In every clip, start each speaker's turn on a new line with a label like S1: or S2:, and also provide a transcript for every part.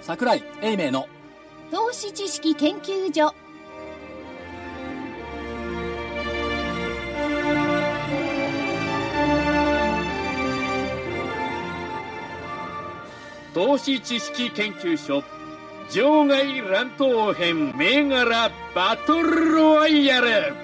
S1: 桜井英明の
S2: 投資知識研究所
S3: 投資知識研究所場外乱闘編銘柄バトルロワイヤル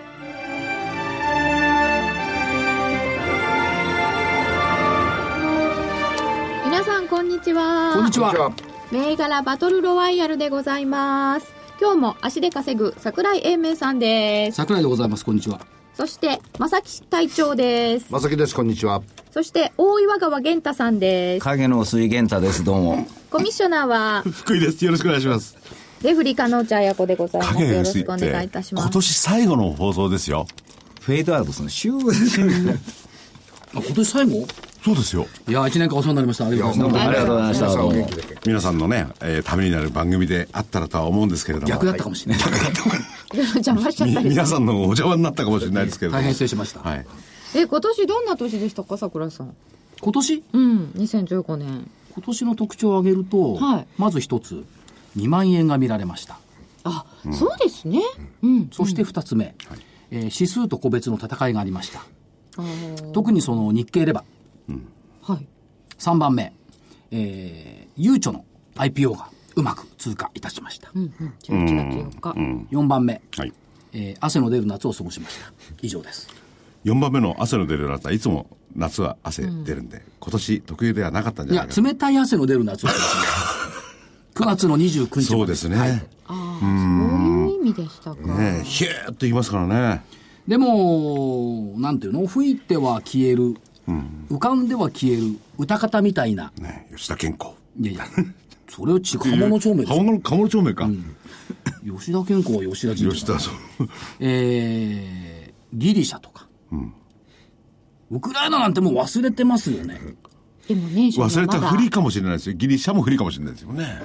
S4: 皆さんこんにちは
S1: こんにちは
S4: 銘柄バトルロワイヤルでございます今日も足で稼ぐ桜井英明さんです
S1: 桜井でございますこんにちは
S4: そして正木隊長です
S5: まさきです、こんにちは。
S4: そして大岩川源太さんです
S6: 影の薄い源太です、どうも。
S4: コミッショナーは
S7: 福井です。よろしくお願いします。
S4: レフリカノーチャーヤコでございます
S7: 影
S4: よ
S7: が
S4: ろ
S7: 薄
S4: し
S7: いっ
S4: くお
S7: て、
S4: 願いいたしま
S7: 今
S4: す
S7: 年最後の放送ですよ。
S6: フェードアウトするの、シュー。
S1: あ今年最後
S7: そうですよ。
S1: いやー一年間お世話になりましたありがとうございます
S6: ありがとうございました、どうも。
S7: 皆さんのね、えーためになる番組であったらとは思うんですけれども。
S1: 逆だったかもしれない
S4: いろいろ 邪魔しちゃっ
S7: み
S4: たりして
S7: 皆さんのお邪魔になったかもしれないですけれど
S1: 大
S7: も。
S1: 変失礼しました
S7: はい。
S4: え今年どんな年でしたか桜井さん
S1: 今年
S4: うん2015年
S1: 今年の特徴を挙げると、
S4: はい
S1: まず一つ2万円が見られました
S4: あ、そうですねうん
S1: そして二つ目、えー指数と個別の戦いがありました
S4: あー
S1: 特にその日経レバ
S4: はい
S1: 3番目、えー、ゆうちょの IPO がうまく通過いたしました、
S4: うんうん11月4日
S1: 4番目、
S7: はい。
S1: えー汗の出る夏を過ごしました以上です
S7: 4番目の汗の出る夏はいつも夏は汗出るんで、今年特有ではなかったん
S1: い
S7: じゃ
S1: や
S7: ないかな。
S1: 冷たい汗の出る夏を過ごし ました9月の29日
S7: そ
S1: ま
S7: うですね。
S4: ああそういう意味でしたか、
S7: ねえヒューッと言いますからね。
S1: でもなんていうの吹いては消える、浮かんでは消える歌方みたいな
S7: ねえ吉田健康。
S1: いやいやそれは違う鴨の帳面でし
S7: 鴨
S1: ょ
S7: の鴨の町名か。
S1: 吉田健康は吉田神
S7: 吉
S1: 社だ
S7: 田、そう。
S1: えー、ギリシャとか、ウクライナなんてもう忘れてますよね
S4: でもね所
S7: 忘
S4: 長
S7: れ
S4: ま
S7: た
S4: だ
S7: ふりかもしれないですよ。ギリシャもふりかもしれないですよね。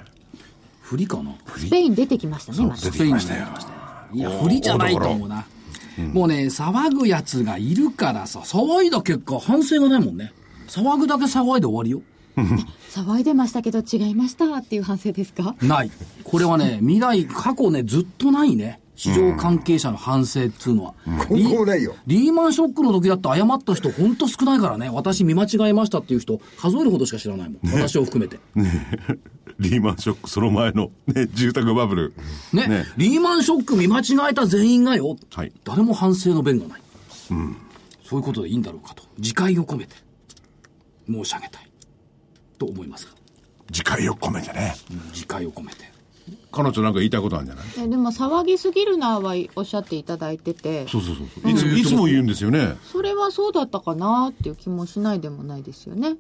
S1: 振りかな
S4: スペイン出てきましたねまだ
S1: スペインに出てきましたよいや振りじゃないと思うな、もうね騒ぐやつがいるからさ騒いだ結果反省がないもんね騒ぐだけ騒いで終わりよ
S4: 騒いでましたけど違いましたっていう反省ですか
S1: ないこれは ね未来過去ねずっとないね市場関係者の反省っつうのは、リ
S5: 今後もないよ
S1: リーマンショックの時だって謝った人ほんと少ないからね私見間違えましたっていう人数えるほどしか知らないもん、私を含めて
S7: リーマンショック、その前の、ね、住宅バブル。
S1: ねリーマンショック見間違えた全員がよ、
S7: はい
S1: 誰も反省の弁がない、そういうことでいいんだろうかと自戒を込めて申し上げたいと思いますが
S7: 自戒を込めてね。
S1: 自戒を込めて
S7: 彼女なんか言いたいことあるんじゃない
S4: えでも騒ぎすぎるなはおっしゃっていただいてて
S7: そうそうそう。いついつも言うんですよね。
S4: それはそうだったかなっていう気もしないでもないですよね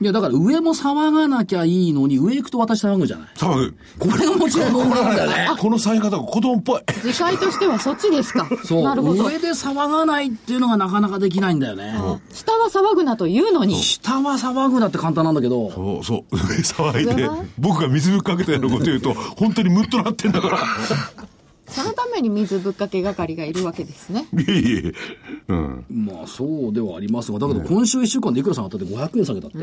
S1: いやだから上も騒がなきゃいいのに上行くと私騒ぐじゃない
S7: 騒ぐ。
S1: これがもちろん僕なんだよ ね
S7: この騒ぎ方が子供っぽい。
S4: 次回として はそっちですか
S1: そう
S4: なるほど
S1: 上で騒がないっていうのがなかなかできないんだよね
S4: 下は騒ぐなというのに
S1: 下は騒ぐなって簡単なんだけど
S7: そうそう。上騒い
S4: 上
S7: で
S4: は、
S7: 僕が水ぶっかけたようなこと言うと、本当にムッとなってんだから。
S4: そのために水ぶっかけ係がいるわけですね
S7: いえいえ。うん。
S1: まあそうではありますがだけど今週1週間でいくら下がったって500円下げたって、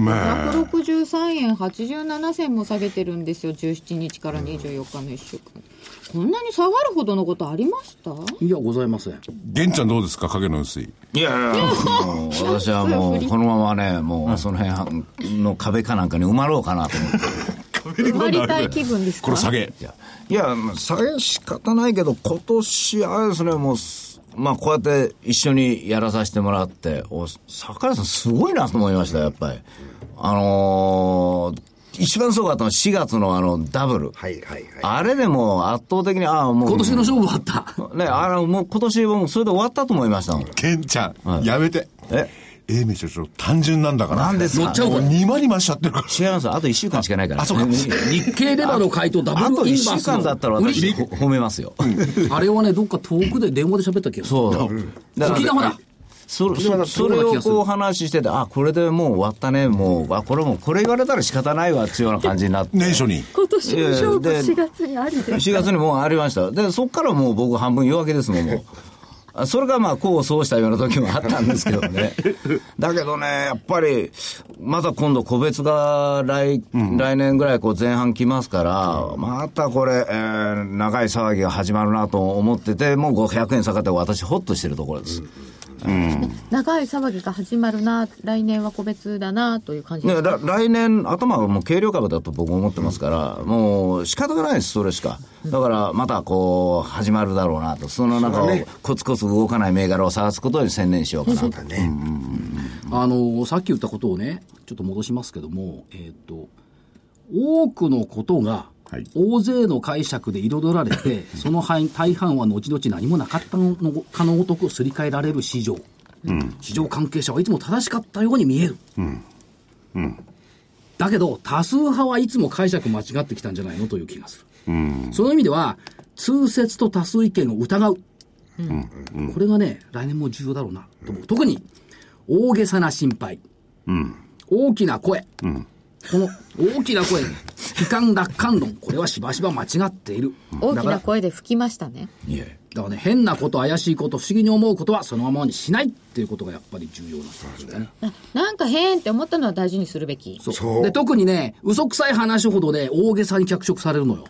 S7: まあ、
S4: 163円87銭も下げてるんですよ17日から24日の1週間、こんなに下がるほどのことありま した
S1: いやございません
S7: 玄ちゃんどうですか影の薄い。
S6: いやいや、もう私はもう、このままね、もう、その辺の壁かなんかに埋まろうかなと思って。
S4: 埋まりたい気分ですか
S7: これ下げ。
S6: いや、いやまあ下げ仕方ないけど、今年、あれですね、もうす、まあ、こうやって一緒にやらさせてもらって、お、桜井さんすごいなと思いました、やっぱり。あのー一番すごかったのは4月のあの、ダブル。
S5: はいはいはい。
S6: あれでもう圧倒的に、ああ、もう。
S1: 今年の勝負はあった
S6: ね、あら、もう今年はもうそれで終わったと思いましたもん。
S7: 玄ちゃ
S6: は
S7: ん、
S6: い
S7: やめて。
S6: え
S7: 英明所長、単純なんだから。
S6: なんですか
S7: 乗っちゃうから。もう二万に増しちゃってるから。
S6: 違います。あと1週間しかないから。
S7: あそうか
S1: 日経レバーの回答ダ
S6: あ
S1: ブ
S6: と
S1: ルイ
S6: 1
S1: ンバー
S6: 週
S1: スの
S6: 間だったら
S1: 売り
S6: 私、ほ褒めますよ。
S1: あれはねどっか遠くで電話で喋った気がする
S6: そう。だから
S1: 沖縄だ
S6: そ
S1: 沖縄だ
S6: そそれ
S1: そうな気が
S6: を
S1: する
S6: こう話してて、あ、これでもう終わったね、もう、あ、これもう、これ言われたら仕方ないわっていうような感じになって。
S7: 年初に。
S4: 今年の勝負
S6: いやいやで
S4: 4月にありで
S6: 4月にもうありました。で、そっからもう僕半分弱気ですもん、もう。あそれがまあ、功を奏したような時もあったんですけどね。だけどね、やっぱり、また今度個別が来、来年ぐらいこう前半来ますから、またこれ、えー長い騒ぎが始まるなと思ってて、もう500円下がって私ホッとしてるところです。
S4: 長い騒ぎが始まるな、来年は個別だな、という感じで
S6: ね、
S4: す
S6: ら来年、頭はもう軽量株だと僕思ってますから、もう仕方がないです、それしか。だから、またこう、始まるだろうなと、その中をコツコツ動かない銘柄を探すことに専念しようかなと。
S1: あのさっき言ったことをねちょっと戻しますけどもえーっ、と多くのことが
S7: はい
S1: 大勢の解釈で彩られて、その範囲大半は後々何もなかったのかのごとくすり替えられる市場、市場関係者はいつも正しかったように見える、だけど多数派はいつも解釈間違ってきたんじゃないのという気がする、その意味では通説と多数意見を疑う、これがね来年も重要だろうなと思う特に大げさな心配、大きな声、この大きな声、悲観楽観論、これはしばしば間違っている。
S4: 大
S1: だ
S4: き
S1: から
S4: な声で吹きましたね。
S6: いえ
S1: だからね、変なこと、怪しいこと、不思議に思うことはそのままにしないっていうことがやっぱり重要なんですよね。
S4: ななんか変って思ったのは大事にするべき。
S1: そう
S5: そう
S1: で、特にね、嘘くさい話ほどね、大げさに脚色されるのよ。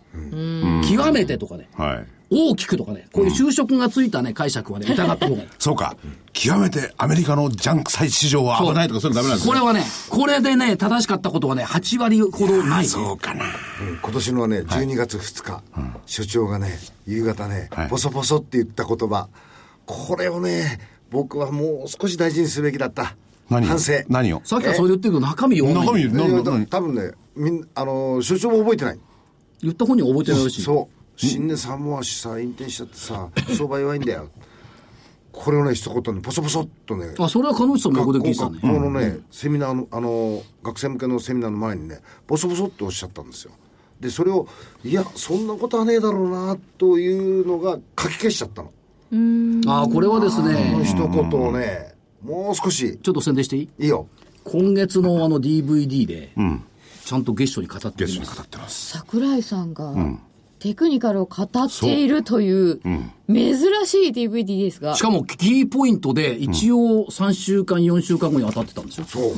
S1: 極めてとかね、
S7: はい。
S1: 大きくとかね、こういう就職がついたね、解釈は ね、疑った方がいい。
S5: そうか。極めてアメリカのジャンク債市場は
S7: 危
S5: 危な。
S7: ないいとかそういうのダメなんです
S1: こ
S7: ね
S1: れはね、これでね、正しかったことはね、8割ほどない。
S5: そうかな。うん今年のね、12月2日、所長がね、夕方ね
S7: はい、
S5: ポソポソって言った言葉、これをね、僕はもう少し大事にすべきだった。
S7: 何を
S5: 反省。
S7: 何を
S1: さっきはそれ言ってるけど、中身読まない。
S7: 中身
S5: い
S7: 何
S5: や
S7: 何何
S5: 多分ね、みんあのー所長も覚えてない。
S1: 言った本人は覚えてないらしい。
S5: そう。新年三本足さ、引転しちゃってさ、 相場弱いんだよ。これをね、一言ね、ポソポソっとね、
S1: あ、それは彼女さんも横で聞いてた
S5: 学
S1: ね
S5: 校。のね、セミナーの、あの、学生向けのセミナーの前にね、ボソボソっておっしゃったんですよ。で、それを、いや、そんなことはねえだろうな、というのが書き消しちゃったの。
S1: あーこれはです
S5: この
S1: ね、
S5: 一言をね、もう少し、
S1: ちょっと宣伝していい
S5: いいよ。
S1: 今月のあの DVD で、ちゃんと月初に語って
S7: ゲス
S1: きま
S7: トに
S1: す
S7: 語。ってます。
S4: 桜井さんが、テクニカルを語っているという、珍しい DVD ですが
S1: し、かもキーポイントで一応3週間、4週間後に当たってたんですよ。
S5: そう。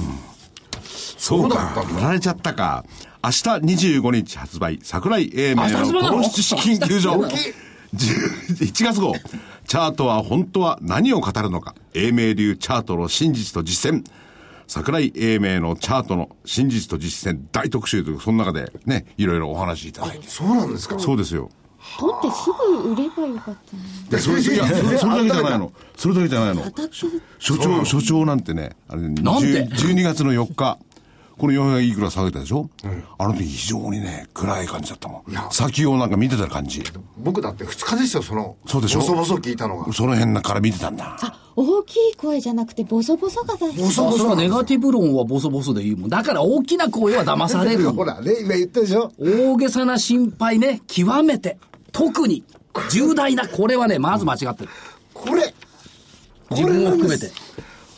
S7: そうか、やられちゃったか。明日25日発売、桜井英明
S1: あ明日発売
S7: の
S1: なの
S7: 投資資金球場。
S1: 大
S7: 1月号、チャートは本当は何を語るのか。英明流チャートの真実と実践。桜井英明のチャートの真実と実践大特集という、その中でね、いろいろお話しいただいて。
S5: そうなんですか。
S7: そうですよ。
S4: 取ってすぐ売ればよかったな。
S7: いやそれいやそれそれだけじゃないの。それだけじゃないの。
S4: 当たってる
S7: 所長、所長なんてね、あれ、
S1: なんで
S7: 10 12月の4日、この400いくら下げたでしょ、あの時非常にね、暗い感じだったもん。先をなんか見てた感じ。
S5: 僕だって2日ですよ、その、
S7: そうでしょ
S5: ボソボソ聞いたのが。
S7: その辺から見てたんだ。
S4: 大きい声じゃなくて、ボソボソが大事。
S5: ボソ
S1: あ
S5: ボ
S1: それ
S5: ソ
S1: はネガティブ論はボソボソで言うもん。だから大きな声は騙される。
S5: ほら、ね、今言ったでしょ。
S1: 大げさな心配ね、極めて、特に、重大な、これはね、まず間違ってる。
S5: これ。
S1: 自分を含めて。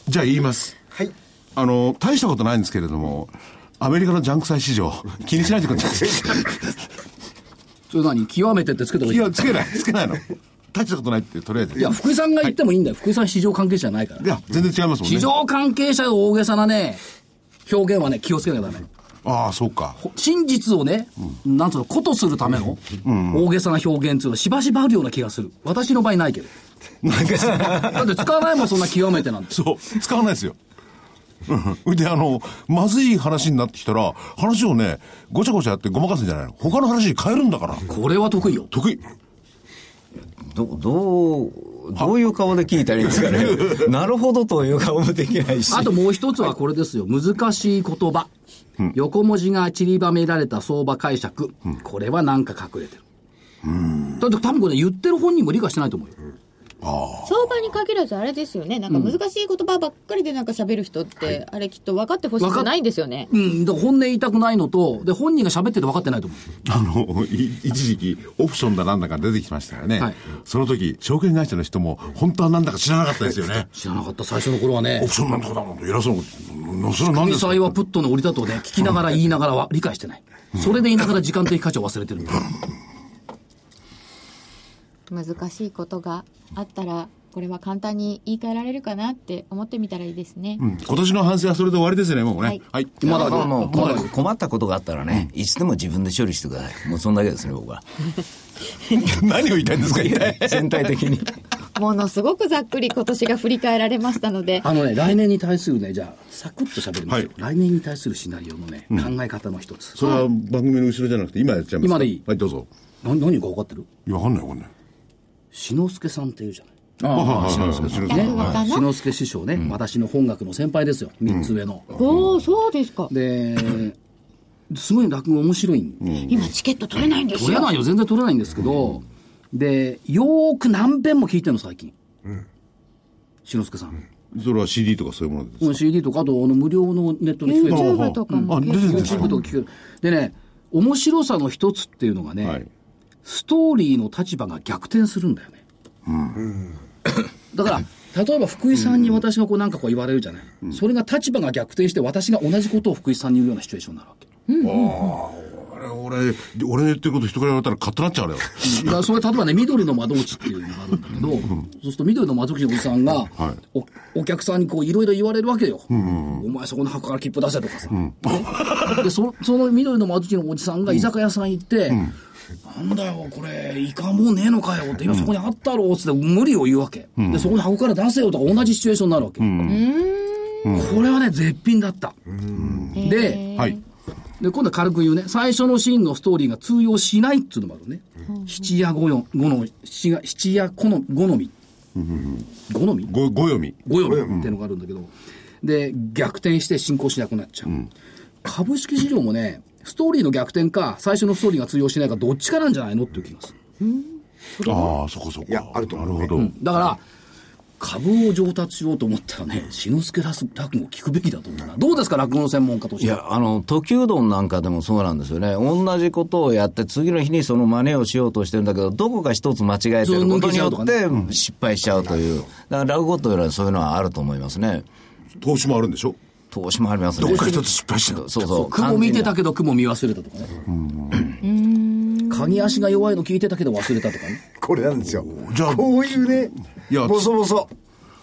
S7: じゃあ言います。
S5: はい。
S7: あの、大したことないんですけれども、アメリカのジャンク債市場、気にしないでくださ
S1: それ何極めてってつけて
S7: い。
S1: もい
S7: い
S1: い
S7: や、つけない、つけないの。大したことないって、とりあえず。
S1: いや、福井さんが言ってもいいんだよ。福井さん市場関係者じゃないから
S7: い。や全然違いますもん
S1: 市
S7: ね。
S1: 場関係者の大げさなね、表現はね、気をつけなきゃダメ。
S7: ああ、そうか。
S1: 真実をね、なんつうの、ことするための大げさな表現っていうのはしばしばあるような気がする。私の場 合ないけど。だって使わないもん、そんな極めてなんて。
S7: そう、使わないですよ。うんで、あの、まずい話になってきたら、話をね、ごちゃごちゃやってごまかすんじゃないの他の話に変えるんだから。
S1: これは得意よ。
S7: 得意。
S6: ど、どう、どういう顔で聞いたらいいんですかね。 なるほどという顔もできないし。
S1: あともう一つはこれですよ。難しい言葉。横文字が散りばめられた相場解釈。これはなんか隠れてる。だって多分これ言ってる本人も理解してないと思うよ。
S4: 相場に限らずあれですよね。なんか難しい言葉ばっかりでなんか喋る人って、あれきっと分かってほしくないんですよね。
S1: うん。だから本音言いたくないのと、で、本人が喋ってて分かってないと思う。
S7: あの、い一時期、オプションだなんだか出てきましたよね。
S1: はい。
S7: その時、証券会社の人も、本当はなんだか知らなかったですよね
S1: 知らなかった、最初の頃はね
S7: オ。プションなんとかだもん、偉そうなこと。なそれは何
S1: 国
S7: ですか
S1: 債はプットの売りだとね、聞きながら言いながらは理解してない。それで言いながら時間的価値を忘れてるんだ。
S4: 難しいことがあったら、これは簡単に言い換えられるかなって思ってみたらいいですね。
S7: うん今年の反省はそれで終わりですね、もうね。
S4: はい
S7: はい。
S6: まだ、まあ、もう困る困ったことがあったらね、いつでも自分で処理してください。もうそんだけですね、 僕は。
S7: 何を言いたいんですか、一体。
S6: 全体的に。
S4: ものすごくざっくり今年が振り返られましたので、
S1: あのね、来年に対するね、じゃあ、サクッと喋りますよ、来年に対するシナリオのね、考え方の一つ。
S7: それは番組の後ろじゃなくて、今やっちゃいますか
S1: 今でいい
S7: はい、どうぞ。
S1: な何か分かってる
S7: いや、わかんないわかんない。
S1: 志の輔さんっていうじゃない。
S6: あ
S7: あ
S6: あ、
S7: はいはいはい
S4: 落語家
S1: 志
S4: の。
S1: の輔師匠ね、私の本学の先輩ですよ、三つ上の。
S4: おお、そうですか。
S1: で、すごい落語面白いん
S4: 今チケット取れないんです
S1: 取れ
S4: よ。
S1: ないよ、全然取れないんですけど、で、よーく何遍も聞いてるの、最近。志の輔さん。
S7: それは CD とかそういうものです
S1: うん CD とか、あと、あの、無料のネットで聞ける。
S4: YouTube とかも
S7: あ、出てるんですか
S1: YouTube とか聞ける。でね、面白さの一つっていうのがね、
S7: はい。
S1: ストーリーの立場が逆転するんだよね。だから、例えば福井さんに私がこうなんかこう言われるじゃない。それが立場が逆転して私が同じことを福井さんに言うようなシチュエーションになるわけ。
S7: あれ、俺、俺の言ってること人から言われたらカッとなっちゃうあれよ。
S1: だからそれ例えばね、緑の窓口っていうのがあるんだけど、そうすると緑の窓口のおじさんが、おお客さんにこういろいろ言われるわけよ。お前そこの箱から切符出せとかさ。ねでそ、その緑の窓口のおじさんが居酒屋さん行って、なんだよ、これ、イカもうねえのかよって、今そこにあったろうっつって無理を言うわけ。で、そこに箱から出せよとか同じシチュエーションになるわけ。これはね、絶品だった。で、
S7: はい。
S1: で今度は軽く言うね最初のシーンのストーリーが通用しないっていうのもあるね、七夜五の五の七夜七夜好み好み好み
S7: ご、ご読み。
S1: 五夜っていうのがあるんだけど、で逆転して進行しなくなっちゃう、株式市場もねストーリーの逆転か最初のストーリーが通用しないかどっちかなんじゃないのっていう気がする
S7: ああ、そこそこ。
S5: いやあると思う
S7: な
S5: ね
S7: るほど。
S1: だから株を上達しようと思ったらね志の輔落語を聞くべきだと思うなどうですか落語の専門家とし
S6: い
S1: て
S6: や、あの、時うどんなんかでもそうなんですよね。同じことをやって、次の日にその真似をしようとしてるんだけど、どこか一つ間違えてることによ
S1: そう抜けちゃうとか
S6: っ
S1: ね
S6: て失敗しちゃうという。だから、落語というのはそういうのはあると思いますね。
S7: 投資もあるんでしょ
S6: 投資もありますね。
S7: どっか一つ失敗しちゃう。
S6: そうそう。
S1: 雲見てたけど雲見忘れたとかね。鍵足が弱いの聞いてたけど忘れたとかね。
S5: これなんですよ
S7: じゃあ
S5: こういうね
S7: いや
S5: ボソボソ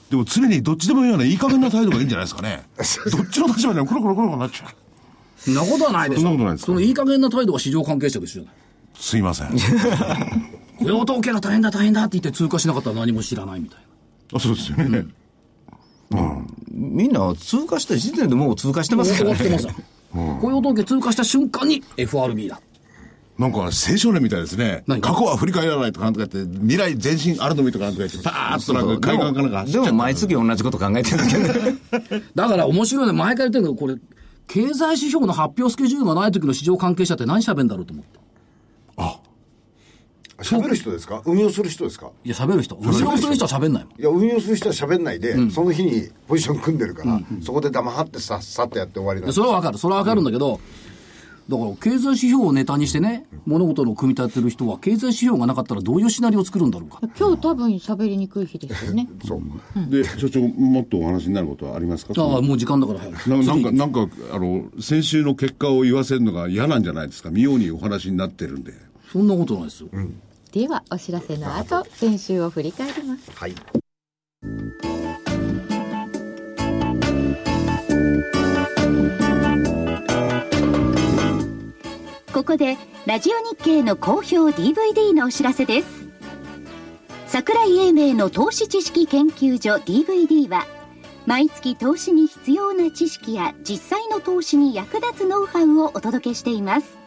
S7: でも常にどっちでもいいような、いい加減な態度がいいんじゃないですかね。どっちの立場でもコロコロコロコロなっちゃう。
S1: そんなことはないでしょ。
S7: そんなことないです
S1: そのいい加減な態度は市場関係者と一緒じゃない。
S7: すいま せん。
S1: 雇用統計が大変だ大変だって言って通過しなかったら何も知らないみたい
S7: あ、そうですよね。
S6: みんな通過した時点でもう通過して
S1: な。
S6: ます
S1: 終
S6: か
S1: わ
S6: ら
S1: ってま
S6: ね
S1: す。よ。雇用統計通過した瞬間に FRB だ。
S7: なんか青少年みたいですね。過
S1: 何
S7: 去は振り返らないとかなんとか言って、未来前進あるのみとかなんとか言って、パーッとなんか海岸かなんか走
S6: で
S7: っちゃ
S6: も
S7: う。
S6: 毎月同じこと考えてるんですけどね
S1: だから面白いね。毎回言ってるけど、これ、経済指標の発表スケジュールがない時の市場関係者って何喋るんだろうと思った。
S5: 喋る人ですか運用する人ですか
S1: いや、喋る人。後ろする人は喋んないもん。
S5: いや運用する人は喋んないで、その日にポジション組んでるから、そこで黙ってさっさっとやって終わりなん
S1: い
S5: で
S1: や
S5: す
S1: それはわかるそれはわかるんだけど、だから経済指標をネタにしてね物事の組み立てる人は経済指標がなかったらどういうシナリオを作るんだろうか
S4: 今日多分喋りにくい日ですよね。
S5: そう
S7: で、所長、もっとお話になることはありますか
S1: ああもう時間だから早く
S7: ななんか、なんか、あの、先週の結果を言わせるのが嫌なんじゃないですか。妙にお話になってるんで。
S1: そんなことないですよ、
S4: では、お知らせの後、先週を振り返ります。
S5: はい
S2: ここでラジオ日経の好評 DVD のお知らせです桜井英明の投資知識研究所 DVD は毎月投資に必要な知識や実際の投資に役立つノウハウをお届けしています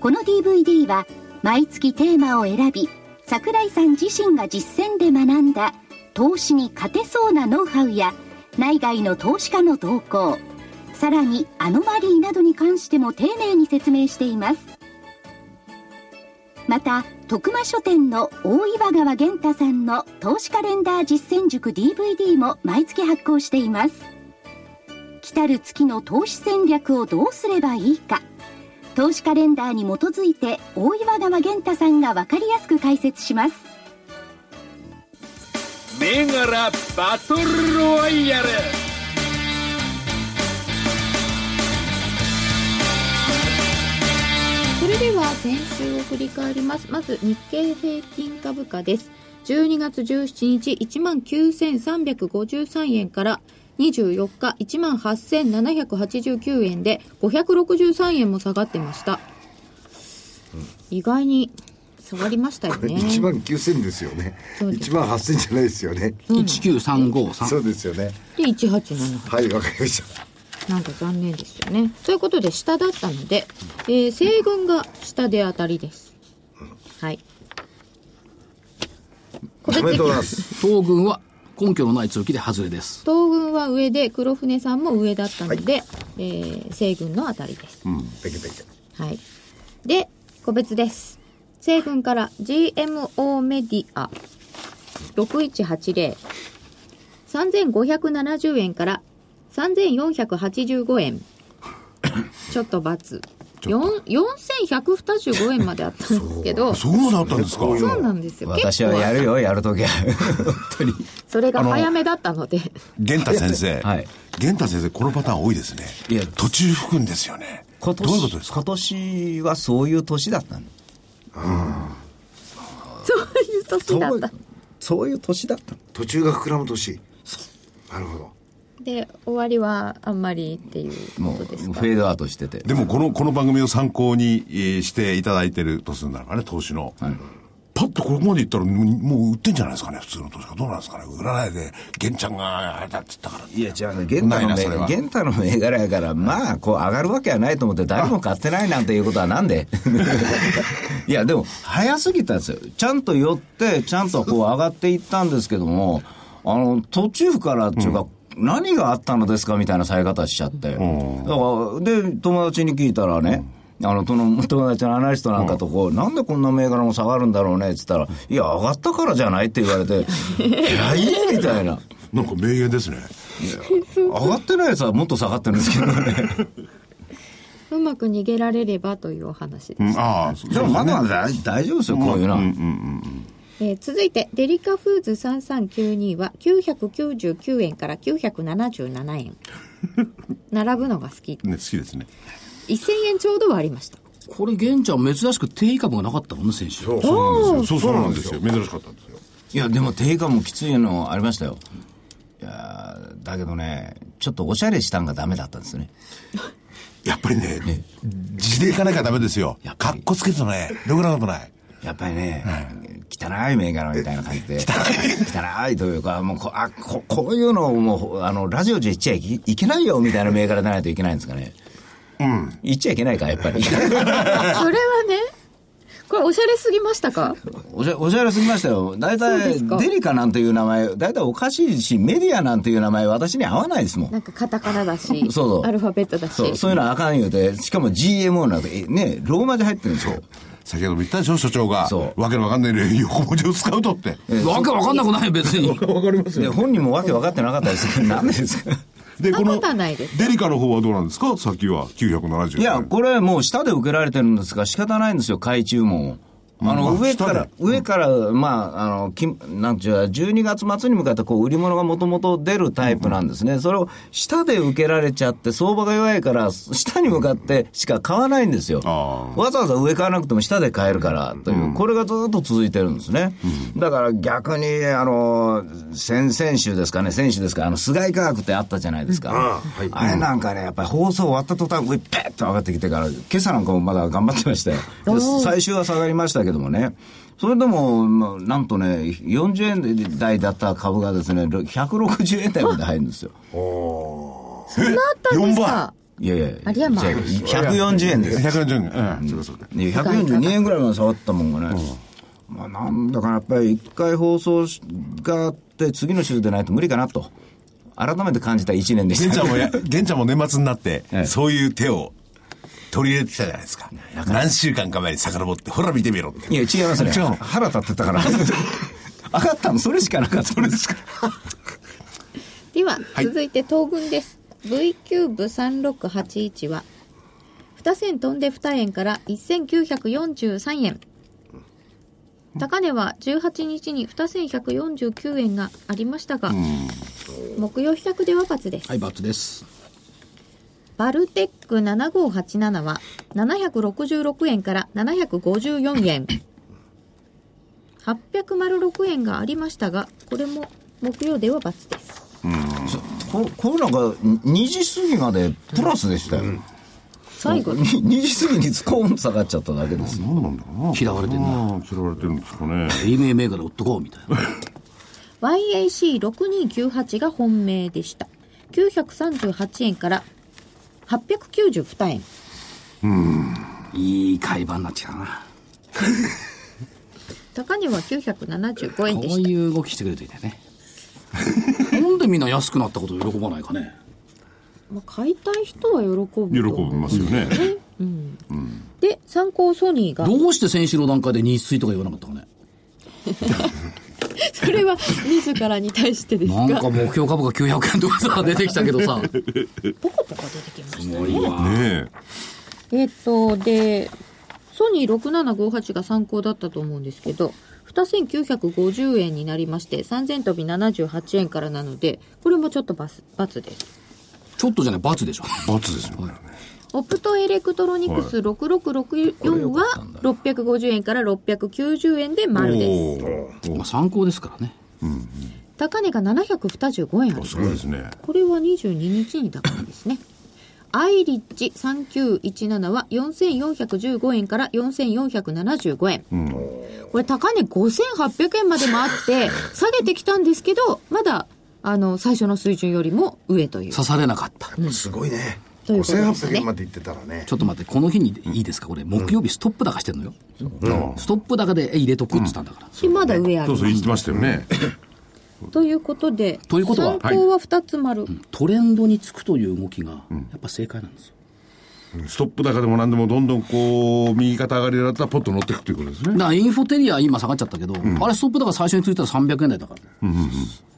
S2: この DVD は毎月テーマを選び桜井さん自身が実践で学んだ投資に勝てそうなノウハウや内外の投資家の動向さらにアノマリーなどに関しても丁寧に説明していますまた徳間書店の大岩川源太さんの投資カレンダー実践塾 DVD も毎月発行しています来たる月の投資戦略をどうすればいいか投資カレンダーに基づいて大岩川源太さんが分かりやすく解説します
S3: 銘柄バトルロワイヤル
S4: それでは先週を振り返りますまず日経平均株価です12月17日19,353円から24日18,789円で563円も下がってました。意外に下がりましたよね。
S5: 1万9000ですよね
S4: そうです
S5: 1万8000じゃないですよね
S1: 19353
S5: そうですよね
S4: で、1878。
S5: はいわかりました
S4: なんか残念ですよね。ということで、下だったので、えー西軍が下で当たりです。はい。個別
S5: おめでとうござい
S4: 東
S5: ます
S1: 東軍は根拠のない強気で外れです
S4: 軍は上で、黒船さんも上だったので、えー西軍の当たりです。
S5: ペケペケ
S4: はい。で、個別です。西軍から GMO メディア6180。3570円から3485円。ちょっと×。4 4125円まであったんですけど、そ
S7: そこまであったんですか
S5: そう
S4: うなんですよ。
S6: 私はやるよ、やるときは。本当に。
S4: それが早めだったので、
S7: 源太先生、
S6: はい
S7: 源太先生このパターン多いですね
S6: いや
S7: 途中吹くんですよね
S6: 今
S7: どう
S6: 年
S7: いうことですか
S6: 今年はそういう年だったん
S4: そういう年だった。
S6: そういう年だったの
S5: 途中が膨らむ年なるほど
S4: で、終わりはあんまりっていう
S6: も
S4: こ
S6: う
S4: とです
S6: フ
S4: か。
S6: ェードアウトしてて
S7: でもこのこの番組を参考にえーしていただいてるとするならばね投資の、パッとここまでいったらもうもう売ってんじゃないですかね普通の投資家どうなんですかね売らないで源ちゃんがあれだって言ったから
S6: いや、じゃあ、玄太の
S7: ないなそれは
S6: 銘玄太の銘柄やから、まあ、こう上がるわけはないと思って、誰も買ってないなんていうことはなん でいや、でも、早すぎたんですよ。ちゃんと寄って、ちゃんとこう上がっていったんですけども、あの、途中からっていうか、何があったのですかみたいなさえ方しちゃって。だから、で、友達に聞いたらね、あの、その友達のアナリストなんかとこう、なんでこんな銘柄も下がるんだろうねって言ったら、いや、上がったからじゃないって言われ て、えらいねみたいな。
S7: なんか名言ですね
S6: 上がってないやつはもっと下がってるんですけど ね。
S4: うまく逃げられればというお話です。
S7: うんああ
S6: でもまだまだ大大丈夫ですよ、こういうな。
S4: えー続いてデリカフーズ3392は999円から977円 並ぶのが好き
S7: ね好きですね
S4: 1000円ちょうどはありました
S1: これ玄ちゃん珍しく低位株がなかったもんね先週
S5: そう
S7: そうなんですよそうそうなんですよ珍しかったんですよ
S6: いや、でも定価もきついのありましたよ。いやーだけどね、ちょっとおしゃれしたんがダメだったんですね。
S7: やっぱりね地でいかなきゃダメですよ
S6: やっぱ
S7: か
S6: り
S7: っこつけてねろくなことない
S6: やっぱりね、汚い銘柄みたいな感じで。汚い。というか、もうこあこ、こういうのをもう、あの、ラジオで言っちゃいけいけないよみたいな銘柄でないといけないんですかね。うん。言っちゃいけないか、や っぱり。
S4: それはねこれおしゃれすぎましたか
S6: おしゃおしゃれすぎましたよ。大
S4: そうで
S6: 体
S4: す、か
S6: デリカなんていう名前、大体おかしいし、メディアなんていう名前、私に合わないですもん
S4: な。んかカタカナだし
S6: そうそう
S4: アルファベットだし
S6: そう、そういうのはあかん言うて、しかも GMO なんて、えね、ローマ字入ってるんですよ。
S7: 先ほども言ったでしょ所長が
S6: そう
S7: わけのわかんないね 横文字を使うとって
S1: わけわかんなくない別に
S6: で、本人もわけ分かってなかったですけど、なんでですか
S7: で
S4: そんなことはないです
S7: デリカの方はどうなんですか先は970
S6: いや、これもう下で受けられてるんですが、仕方ないんですよ、買い注文を。あ
S7: まあ
S6: の、上
S7: 下で
S6: から、上から、まあ、あの、きなんちゅうか、12月末に向かって、こう、売り物がもともと出るタイプなんですね。それを下で受けられちゃって、相場が弱いから、下に向かってしか買わないんですよ。
S7: あ
S6: わざわざ上買わなくても下で買えるからという、これがずっと続いてるんですね。だから逆に、あの、先々週ですかね、先週ですか、あの、菅井科学ってあったじゃないですか。あれなんかね、やっぱり放送終わった途端、上ペッと上がってきてから、今朝なんかもまだ頑張ってましたよ。で最終は下がりましたけどもね。それでも、まあなんとね、40円台だった株がですね、160円台まで入るんですよ。
S7: れ4倍
S4: さあ
S6: いやいや、
S4: 有山
S6: 違う140円です。
S7: 140円うんそうかそうか
S6: ね142円ぐらいまで下がったもんがね、まあ、なんだかやっぱり一回放送があって、次の週でないと無理かなと、改めて感じた1年でし
S7: 玄
S6: た
S7: ちゃんもや、玄ちゃんも年末になって、
S6: ええ
S7: そういう手を取り入れてきたじゃないですか。何週間か前に遡って、ほら見てみろって。
S6: いや、違いますね、
S7: 違うの
S6: 腹立ってたから、上がったの、それしかなかった、それしか
S4: では続いて東軍です V キューブ3681は2銭飛んで2円から1943円高値は18日に2149円がありましたが、木曜比較では×です、
S1: はいバツです
S4: バルテック7587は766円から754円806円がありましたが、これも木曜では×です。
S6: ここういうのが2時過ぎまでプラスでしたよ、
S4: 最後に、
S6: 2時過ぎにスコーンと下がっちゃっただけです
S7: 何なんだろうな
S1: 嫌われてんな
S7: な嫌われてるんですかね
S1: AMA 銘柄売っとこうみたいな
S4: YAC6298 が本命でした。938円から892円。
S1: いい買い場になっちゃうな
S4: 高値は975円で
S1: こ
S4: し
S1: う
S4: た。
S1: いう動きしてくれていてねなんでみんな安くなったことを喜ばないかね
S4: まあ、買いたい人は喜ぶ。
S7: 喜びますよね
S4: で、参考ソニーが、
S1: どうして先週の段階で日水とか言わなかったかね
S4: それは自らに対してです
S1: なん
S4: が、
S1: か目標株価900円とかさ出てきたけど さ
S4: ポコポコ出てきました。
S1: もういいわ
S7: ね
S4: えっと、で、ソニー6758が参考だったと思うんですけど、2950円になりまして、3000飛び78円からなので、これもちょっとバス×です。
S1: ちょっとじゃない罰でしょ
S7: え罰ですよね
S4: オプトエレクトロニクス6664は650円から690円で丸です。
S7: おー
S1: まあ参考ですからね
S4: 高値が725円あり
S7: お
S4: ますす。
S7: ごいですね
S4: これは22日に高値ですね。アイリッチ3917は4415円から4475円。これ高値5800円までもあって、下げてきたんですけど、まだ、あの、最初の水準よりも上という。
S1: 刺されなかった
S5: すごいね
S4: ということです
S5: 5800
S4: ね
S5: 円まで行ってたらね
S1: ちょっと待ってこの日にいいですかこれ木曜日ストップ高してんのよ、ストップ高でえ入れとくっつったんだから、
S4: でまだ上あ
S7: そう
S4: る。
S7: そう言ってましたよ ね
S4: ということで、
S1: ということは
S4: 参考は2つ丸。
S1: トレンドにつくという動きがやっぱ正解なんですよ、
S7: ストップ高でも何でもどんどんこう右肩上がりだったらポッと乗っていくということですね
S1: だからインフォテリア今下がっちゃったけど、あれストップ高最初についたら300円台だから、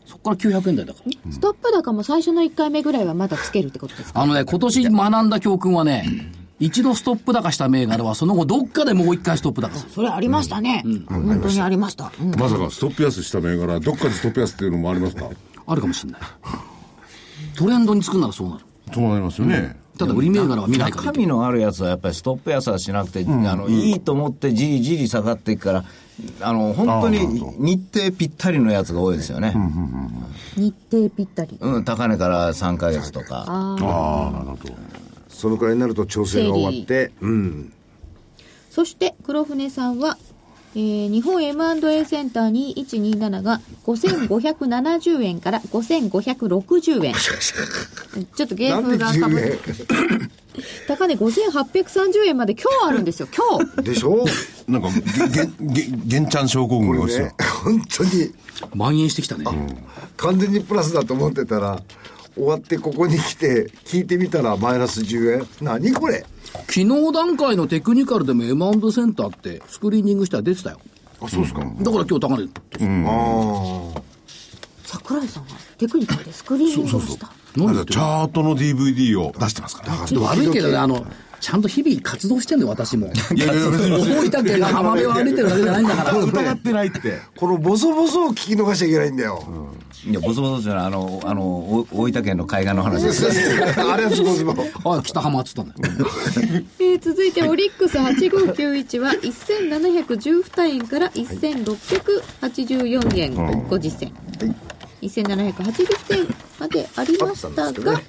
S1: そこから900円台だから、
S4: ストップ高も最初の1回目ぐらいはまだつけるってことですか
S1: あのね今年学んだ教訓はね一度ストップ高した銘柄はその後どっかでもう一回ストップ高する
S4: それありましたね。本当にありました。うん
S7: まさかストップ安した銘柄どっかでストップ安っていうのもありますか
S1: あるかもしれないトレンドにつくならそうなる
S7: そうなりますよね
S1: ただ売り銘柄は見ないから
S6: 中身のあるやつはやっぱりストップ安はしなくて、あのいいと思ってじりじり下がっていくからあの本当に
S7: あーなるほど
S6: 日程ぴったりのやつが多いですよね、
S4: 日程ぴったり。
S6: うん、高値から3ヶ月とか。
S7: ああなるほど
S5: そのくらいになると調整が終わってうん
S4: そして黒船さんは、えー日本 M&A センター2127が5570円から5560円。 ちょっと芸風がかぶって。高値5830円まで今日あるんですよ、今日。
S5: でしょ
S7: なんかげげげげんちゃん症候群
S5: こ
S7: が
S5: れ
S7: 多いですよ
S5: ね本当に
S1: 蔓延してきたね、
S5: 完全にプラスだと思ってたら終わってここに来て聞いてみたらマイナス10円何これ
S1: 昨日段階のテクニカルでも M&A センターってスクリーニングしたら出てたよ
S5: あそうですか、
S1: だから今日高値って
S5: ああ
S4: 桜井さんはテクニカルでスクリーニングをした。
S1: 何
S7: だ
S1: 言
S7: っ
S1: ってて
S7: チ
S1: る
S7: ャートの DVD を出してますから、
S1: ちょっと悪いけどねあのちゃんと日々活動してんのよ私も
S7: いやいや別に
S1: 大分県が浜辺を歩いてるだけじゃないんだから
S7: 疑ってないって
S5: このボソボソを聞き逃しちゃいけないんだよ、
S6: いや、ボソボソじゃない、あの、あの、お大分県の海岸の話です。
S5: あれはすごいすごい
S1: あ北浜っつったんだよ
S4: えー続いてオリックス8591は1712円から1684円50銭、1780円までありまし
S5: あった
S4: た
S5: んですけど
S4: が
S5: ね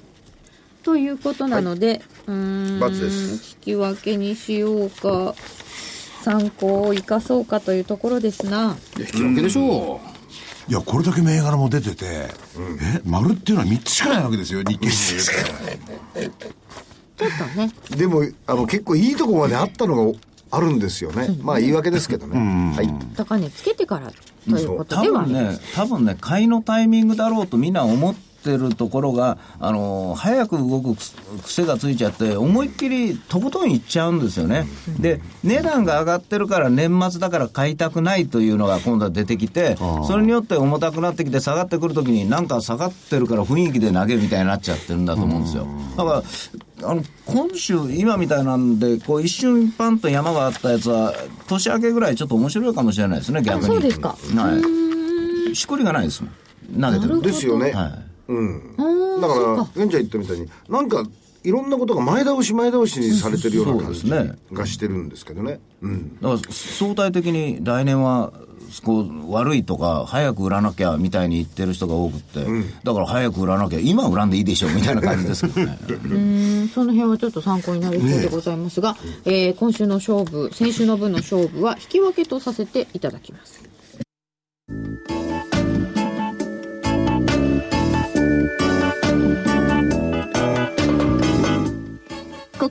S4: ということなので、うーん
S5: ×です
S4: 引き分けにしようか参考を生かそうかというところですない
S1: や引き分けでしょ
S7: いやこれだけ銘柄も出てて、え丸っていうのは3つしかないわけですよ日経新聞
S4: ちょっとね
S5: でもあの結構いいとこまであったのがあるんですよね、まあ言い訳ですけどね、はい
S4: 高値つけてからということ
S6: 多
S4: ではあ
S6: 分
S4: ります
S6: ね、多分ね、買いのタイミングだろうとみんな思ってるところが、あの、早く動くくす癖がついちゃって、思いっきりとことんいっちゃうんですよね。で、値段が上がってるから年末だから買いたくないというのが今度は出てきて、それによって重たくなってきて下がってくるときになんか下がってるから雰囲気で投げるみたいになっちゃってるんだと思うんですよ。だから、あの、今週、今みたいなんで、こう一瞬パンと山があったやつは、年明けぐらいちょっと面白いかもしれないですね、逆に。
S4: そうですか
S6: はい。しこりがないですもん投げてる
S5: ですよね、
S6: は
S5: うん
S4: あー
S5: だか
S4: そう
S5: ら
S4: か
S5: 玄ちゃん言ったみたいになんかいろんなことが前倒し前倒しにされてるような感じ
S6: そうですね
S5: がしてるんですけどね、うん、
S6: いだから相対的に来年はこう悪いとか早く売らなきゃみたいに言ってる人が多くって、だから早く売らなきゃ今売らんでいいでしょみたいな感じですけどね
S4: うんその辺はちょっと参考になりそうでございますが、えー今週の勝負先週の分の勝負は引き分けとさせていただきます
S2: こ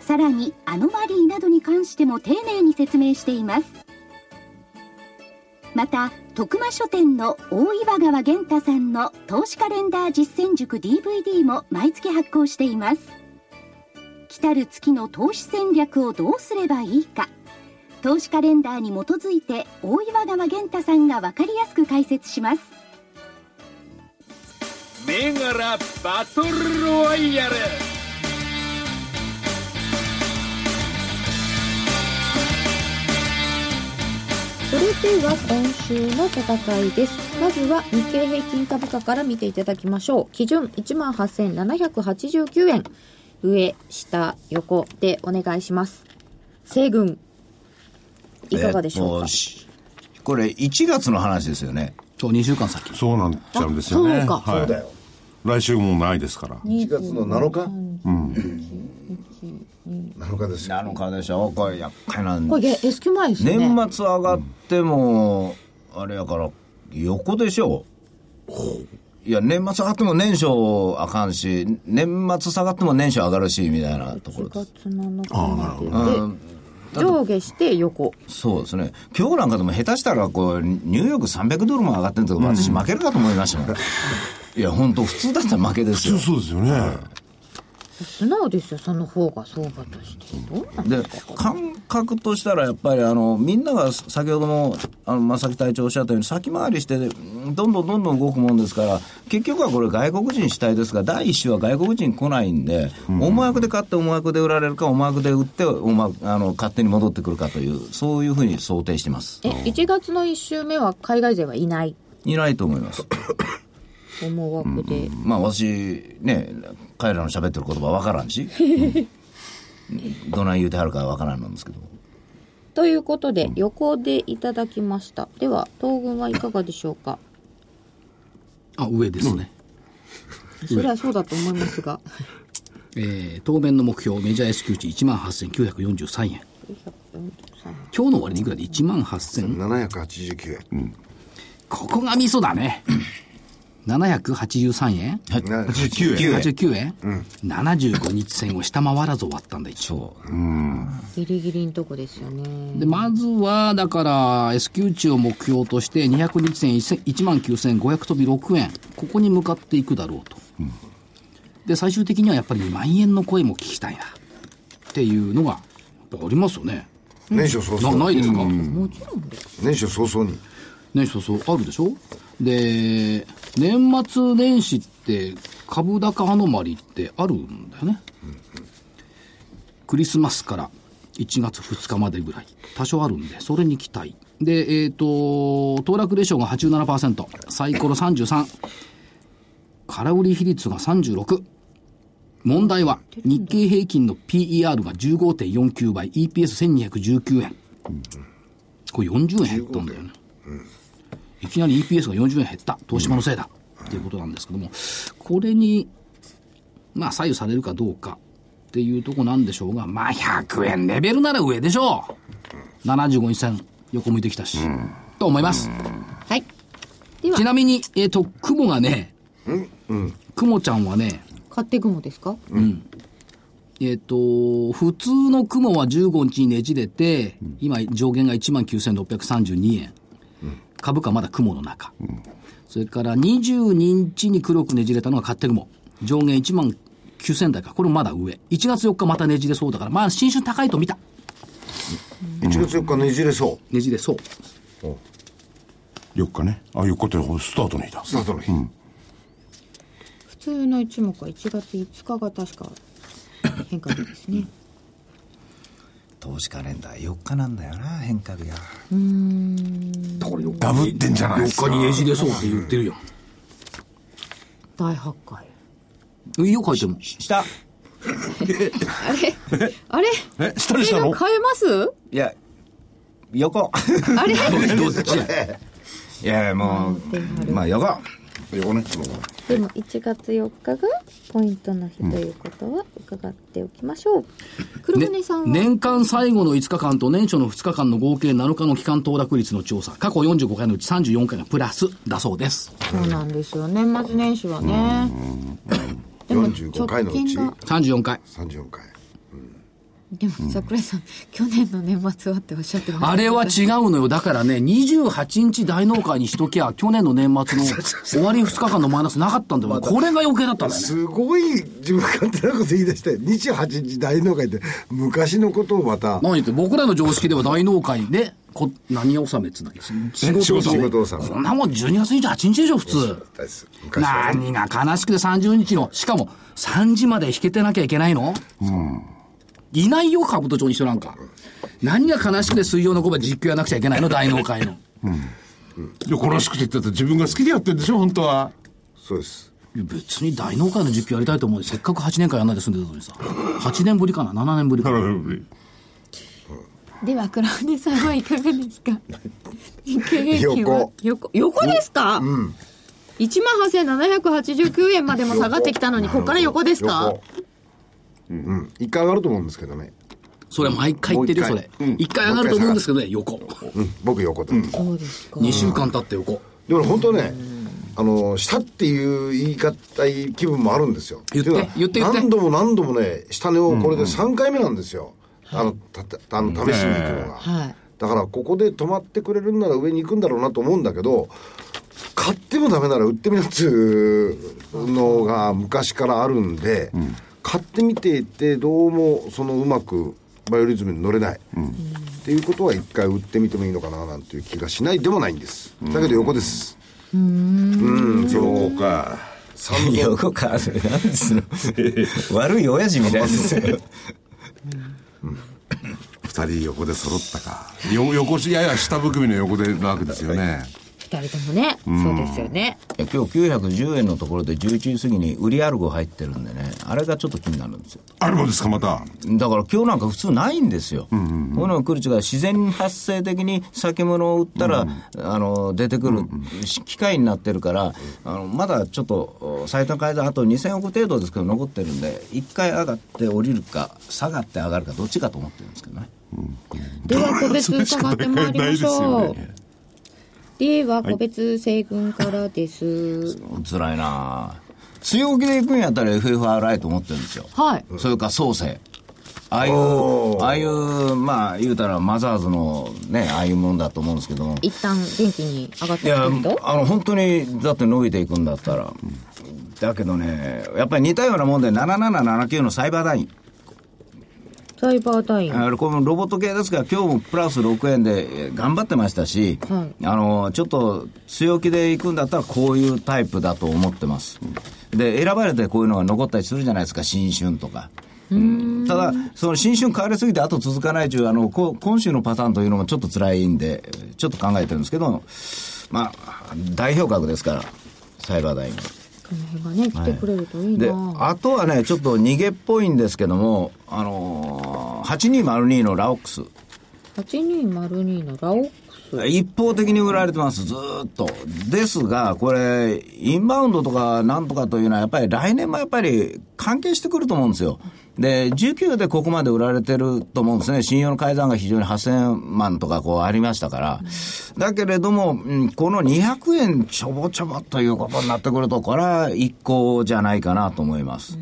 S2: さらにアノマリーなどに関しても丁寧に説明していますまた徳間書店の大岩川源太さんの投資カレンダー実践塾 DVD も毎月発行しています来たる月の投資戦略をどうすればいいか投資カレンダーに基づいて大岩川源太さんが分かりやすく解説します
S3: 銘柄バトルロワイヤル
S4: それでは今週の戦いです。まずは日経平均株価から見ていただきましょう。基準18,789円。上、下、横でお願いします。西軍、 いかがでしょう
S6: えっ
S4: か
S6: と、これ1月の話ですよね
S1: そう、2週間先。
S7: そうなんちゃうんですよね。
S4: あそうか
S7: はい、
S4: そう
S5: だよ
S7: 来週もないですから。
S5: 1月の7日7日ですよ
S6: 7日でしょこれ厄介なん
S4: これ、え S q 前ですね。
S6: 年末上がっても、あれやから横でしょいや年末上がっても年初あかんし年末下がっても年初上がるしみたいなところ
S4: 1
S6: です
S4: 月7日までで
S6: うん
S4: 上下して横。
S6: そうですね今日なんかでも下手したらこうニューヨーク300ドルも上がってるんですけど、私負けるかと思いましたもんいや本当普通だったら負けですよ
S7: そうですよね。
S4: 素直ですよ、その方が相場として。どうなん
S6: で感覚としたらやっぱりあのみんなが先ほどもあの正木隊長おっしゃったように先回りしてうんどんどんどんどん動くもんですから結局はこれ外国人主体ですが第一週は外国人来ないんで、思惑で買って思惑で売られるか思惑で売って思惑あの勝手に戻ってくるかというそういうふうに想定してます
S4: え、1月の1週目は海外勢はいない
S6: いないと思います
S4: 思惑で。
S6: まあ私ね彼らの喋ってる言葉分からんし、うんどない言うてはるか分からんなんですけど
S4: ということで、横でいただきました。では、東軍はいかがでしょうか。
S1: あ、上ですね。
S4: それはそうだと思いますが。
S1: えー当面の目標、メジャー S q 値18,943円。今日の終わりにいくらで18,000
S5: 789円
S1: ここがミソだね。783円
S5: な
S7: 19円。
S1: 89円、75日線を下回らず終わったんだ、一応。
S6: そう
S4: ギリギリのとこですよね。
S1: で、まずは、だから、S q 値を目標として、200日線19,500飛び6円。ここに向かっていくだろうと。で、最終的にはやっぱり2万円の声も聞きたいな。っていうのが、やっぱありますよね。
S5: 年初早
S1: な
S5: 々
S1: ないですか、
S5: 年初早々に
S1: 年初そうあるでしょで年末年始って株高アノマリってあるんだよね、クリスマスから1月2日までぐらい多少あるんでそれに期待でえっ、と騰落レシオが87%サイコロ33空売り比率が36問題は日経平均の PER が15.49倍 EPS1219 円これ40円減ったんだよねいきなり EPS が40円減った、東芝のせいだ、っていうことなんですけども、これに、まあ、左右されるかどうかっていうとこなんでしょうが、まあ、100円レベルなら上でしょう。75日線、横向いてきたし、と思います。
S4: はい。では
S1: ち、なみに、えっ、と、雲がね、雲ちゃんはね、
S4: 勝手雲ですか
S1: えっ、と、普通の雲は15日にねじれて、今上限が19,632円。株価まだ雲の中。それから22日に黒くねじれたのが勝手雲。上限19,000台か。これもまだ上。1月4日またねじれそうだから、まあ新春高いと見た。
S5: 1月4日ねじれそ
S1: ねじれそう。
S7: 4日ね。あ、4日ってスタートの日だ。
S5: うスタートの日
S4: 通の一目は1月5日が確か変化日ですね。
S6: 投資カレンダー4日なんだよな変化日
S1: だ
S6: が
S1: から4
S7: ダブってんじゃないですか
S1: 日にねじれそうって言ってるやん。
S4: 大発会。
S1: いいよ、書いても。
S6: した
S4: あれあれ
S7: えしたりした
S4: 映
S7: の
S4: 画変えます
S6: いや横
S4: あれ
S1: どっちや。
S6: いやもうまあ横横ね
S4: でも1月4日がポイントの日ということは伺っておきましょう。黒船さんは、
S1: 年間最後の5日間と年初の2日間の合計7日の期間到達率の調査、過去45回のうち34回がプラスだそうです。
S4: そうなんですよ年末年始はね。でも
S5: 45回のう
S4: 直
S5: ち
S4: 近が
S1: 34回。
S5: 34回
S4: でも桜井さん、去年の年末はっておっしゃってました
S1: あれは違うのよ。だからね、28日大納会にしときゃ、去年の年末の終わり2日間のマイナスなかったんだよ。これが余計だったんだよね。
S5: すごい自分勝手なこと言い出して28日大納会って昔のことをまた
S1: 何言って、僕らの常識では大納会で、こ何納めっつうんだっけ仕
S7: 事納め
S5: 仕事納め
S1: こんなもん12月28日でしょ、普通。
S5: です昔はね
S1: 何が悲しくて30日の、しかも3時まで引けてなきゃいけないの、いないよ、兜町に人なんか。何が悲しくて水曜の午後は実況やなくちゃいけないの、大納会の。
S7: いや悲しくて言ったって自分が好きでやってるんでしょ本当は
S5: そうです
S1: いや別に大納会の実況やりたいと思うせっかく8年間やんないで済んでたのにさ。8年ぶりかな ?7 年ぶりかな
S4: では黒船さんはいかがですか日経平均は横横ですか、1万8789円までも下がってきたのにここから横ですか
S5: 横うん一回上がると思うんですけどね、
S1: それは毎回言ってるよ、そ
S5: もう
S1: れ
S5: 一。回うん
S1: 一回上がると思うんですけどね、横。
S5: うん、僕横で、で
S4: そうですか
S1: 2週間経って横。
S5: も本当ねあの下っていう言い方気分もあるんですよ
S1: 言って
S5: いうのは
S1: 言って言って
S5: 何度も何度もね下値をこれで3回目なんですよ、あのたたあの試しに行くのが、
S4: はい
S5: だからここで止まってくれるんなら上に行くんだろうなと思うんだけど買ってもダメなら売ってみるっつうのが昔からあるんで、買ってみていてどうもそのうまくバイオリズムに乗れない、っていうことは一回売ってみてもいいのかななんていう気がしないでもないんですだけど横ですうんそう
S7: か
S5: 三
S6: 横かそれなんです の悪い親父みたいですよ
S7: 二人横で揃ったかよ横しやや下含みの横でなわけですよね
S4: 2人ともねそうですよね
S6: いや今日910円のところで11時過ぎに売りアルゴ入ってるんでねあれがちょっと気になるんですよ
S7: あるもんですかまた
S6: だから今日なんか普通ないんですよ、こういうのが来る違う自然発生的に先物を売ったら、あの出てくる機会になってるから、あのまだちょっとお最短改ざんあと2000億程度ですけど残ってるんで一回上がって降りるか下がって上がるかどっちかと思ってるんですけどね
S4: では個別伺ってまいりましょうでは個別西軍からです
S6: 辛いなあ強気で行くんやったら FFRI と思ってるんですよ
S4: はい
S6: それから創生。ああいう、ああいう、まあ、言うたらマザーズのね、ああいうもんだと思うんですけども。い
S4: 一旦元気に上がって
S6: や、
S4: くると
S6: あの、本当に、だって伸びていくんだったら。だけどね、やっぱり似たようなもんで、7779のサイバーダイン。
S4: サイバーダイン
S6: あのこのロボット系ですが、今日もプラス6円でえー頑張ってましたし、
S4: はい
S6: あのちょっと強気でいくんだったら、こういうタイプだと思ってます。で、選ばれてこういうのが残ったりするじゃないですか、新春とか。ただ、その新春変わりすぎて、あと続かないというあのこ、今週のパターンというのもちょっと辛いんで、ちょっと考えてるんですけど、まあ、代表格ですから、サイバー大学。
S4: この辺がね来てくれるといい
S6: で
S4: な、
S6: あとはね、ちょっと逃げっぽいんですけども、あのー8202のラオックス、
S4: 8202のラオックス
S6: 一方的に売られてます、ずーっと。ですが、これ、インバウンドとかなんとかというのは、やっぱり来年もやっぱり関係してくると思うんですよ。で、19でここまで売られてると思うんですね。信用の改ざんが非常に8000万とかこうありましたから。だけれども、うんこの200円ちょぼちょぼということになってくると、これは一個じゃないかなと思います。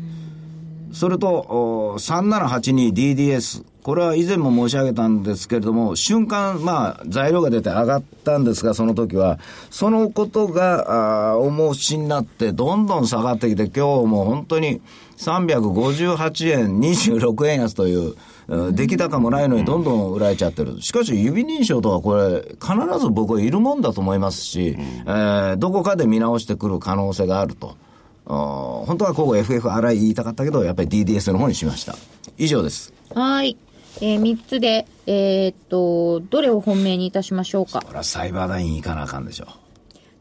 S6: それと、お 3782DDS。これは以前も申し上げたんですけれども、瞬間、まあ、材料が出て上がったんですが、その時は、そのことが、あー重しになって、どんどん下がってきて、今日も本当に358円、26円安という、うん出来高もないのにどんどん売られちゃってる。しかし、指認証とはこれ、必ず僕はいるもんだと思いますし、えーどこかで見直してくる可能性があると。あー本当はこう FFRI 言いたかったけど、やっぱり DDS の方にしました。以上です。
S4: はい。えー、3つで、えーっと、どれを本命にいたしましょうか。
S6: これはサイバーダイン行かなあかんでしょ。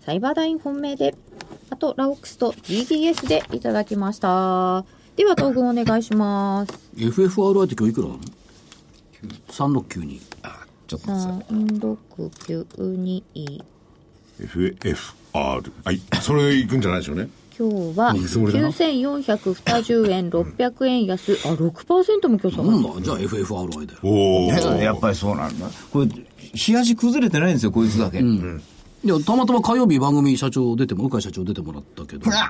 S4: サイバーダイン本命で、あと、ラオックスと DDS でいただきました。では、東軍お願いします。
S1: FFRI って今日いくらなの ?3692。
S6: ちょっと待ってください
S4: 3、6、9、2、
S7: FFR はいそれでいくんじゃないでしょうね
S4: 今日は
S7: 水漏れだな
S4: 9420円、600円安。あ、6%も今日下が
S1: な
S4: っ
S1: んだじゃあ FFRI だよ。
S7: おお
S6: ねやっぱりそうなんだ。これ、冷やし崩れてないんですよ、こいつだけ。
S1: いや、たまたま火曜日番組社長出ても、向井社長出てもらったけど。いや、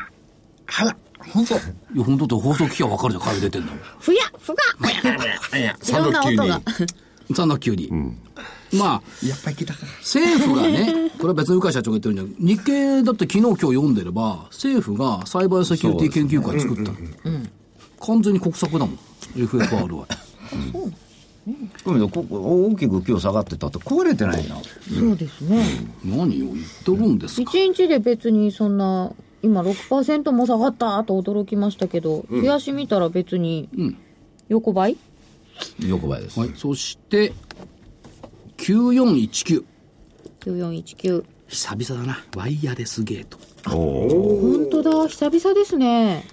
S6: はだ、ほんと。
S1: 本当って放送機器は分かるじゃん、火曜日出てんだもん。
S4: ふやふが いろんな音が。
S1: 3692。まあ、
S6: やっぱり来たか。
S1: 政府がね、 これは別に向井社長が言ってるんじゃなくて日経だって昨日今日読んでれば、政府がサイバーセキュリティ研究会作ったの。完全に国策だもん、FFR は。
S6: ごめんなさいここ大きく今日下がってたって壊れてない な。
S4: そうですね。
S1: 何を言ってるんですか。
S4: 一日で別にそんな、今6%も下がったと驚きましたけど、冷やし見たら別に、横ばい
S6: 横ばいです。
S1: はい、そして、9419。
S4: ?9419。
S1: 久々だな。ワイヤレスゲート。
S4: 本当だ、久々ですね。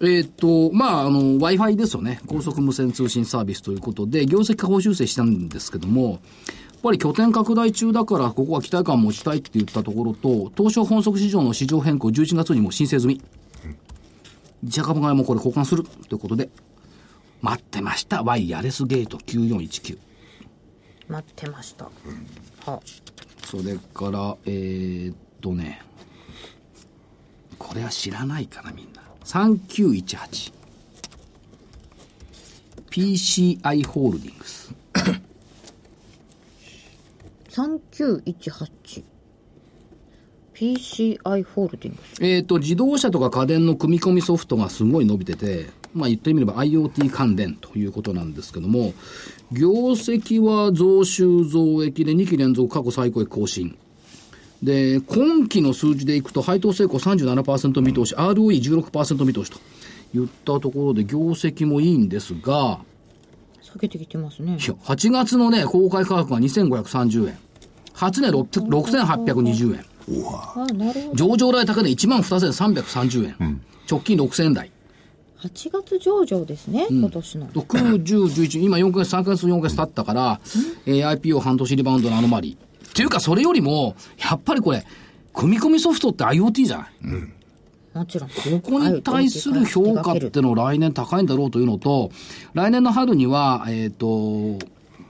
S1: えーっと、まあ、あの、Wi-Fi ですよね。高速無線通信サービスということで、業績下方修正したんですけども、やっぱり拠点拡大中だから、ここは期待感を持ちたいって言ったところと、東証本則市場の市場変更11月にも申請済み。自社株買いもこれ交換するということで、待ってました。ワイヤレスゲート9419。
S4: 待ってました。は
S1: それから、えーっとね、これは知らないかな、みんな。3918。PCI ホールディングス。
S4: 3918。PCI ホールディングス。
S1: えーっと、自動車とか家電の組み込みソフトがすごい伸びてて、まあ言ってみれば IoT 関連ということなんですけども、業績は増収増益で2期連続過去最高へ更新。で、今期の数字でいくと、配当成功37%見通し、ROE16% 見通しといったところで、業績もいいんですが、
S4: 下げてきてますね
S1: い。や8月のね、公開価格が2530円。初値6 6820円。
S4: あ、なるほど。
S1: 上場来高値1万2330円。直近6000円台。
S4: 8月上場ですね、今年の。
S1: 6、10、11、今4ヶ月、3ヶ月、4ヶ月経ったから、えー IPO 半年リバウンドのアノマリー。っていうか、それよりも、やっぱりこれ、組み込みソフトって IoT じゃない、
S4: もちろん。こ
S1: ここに対する評価っての来年高いんだろうというのと、来年の春には、えっ、と、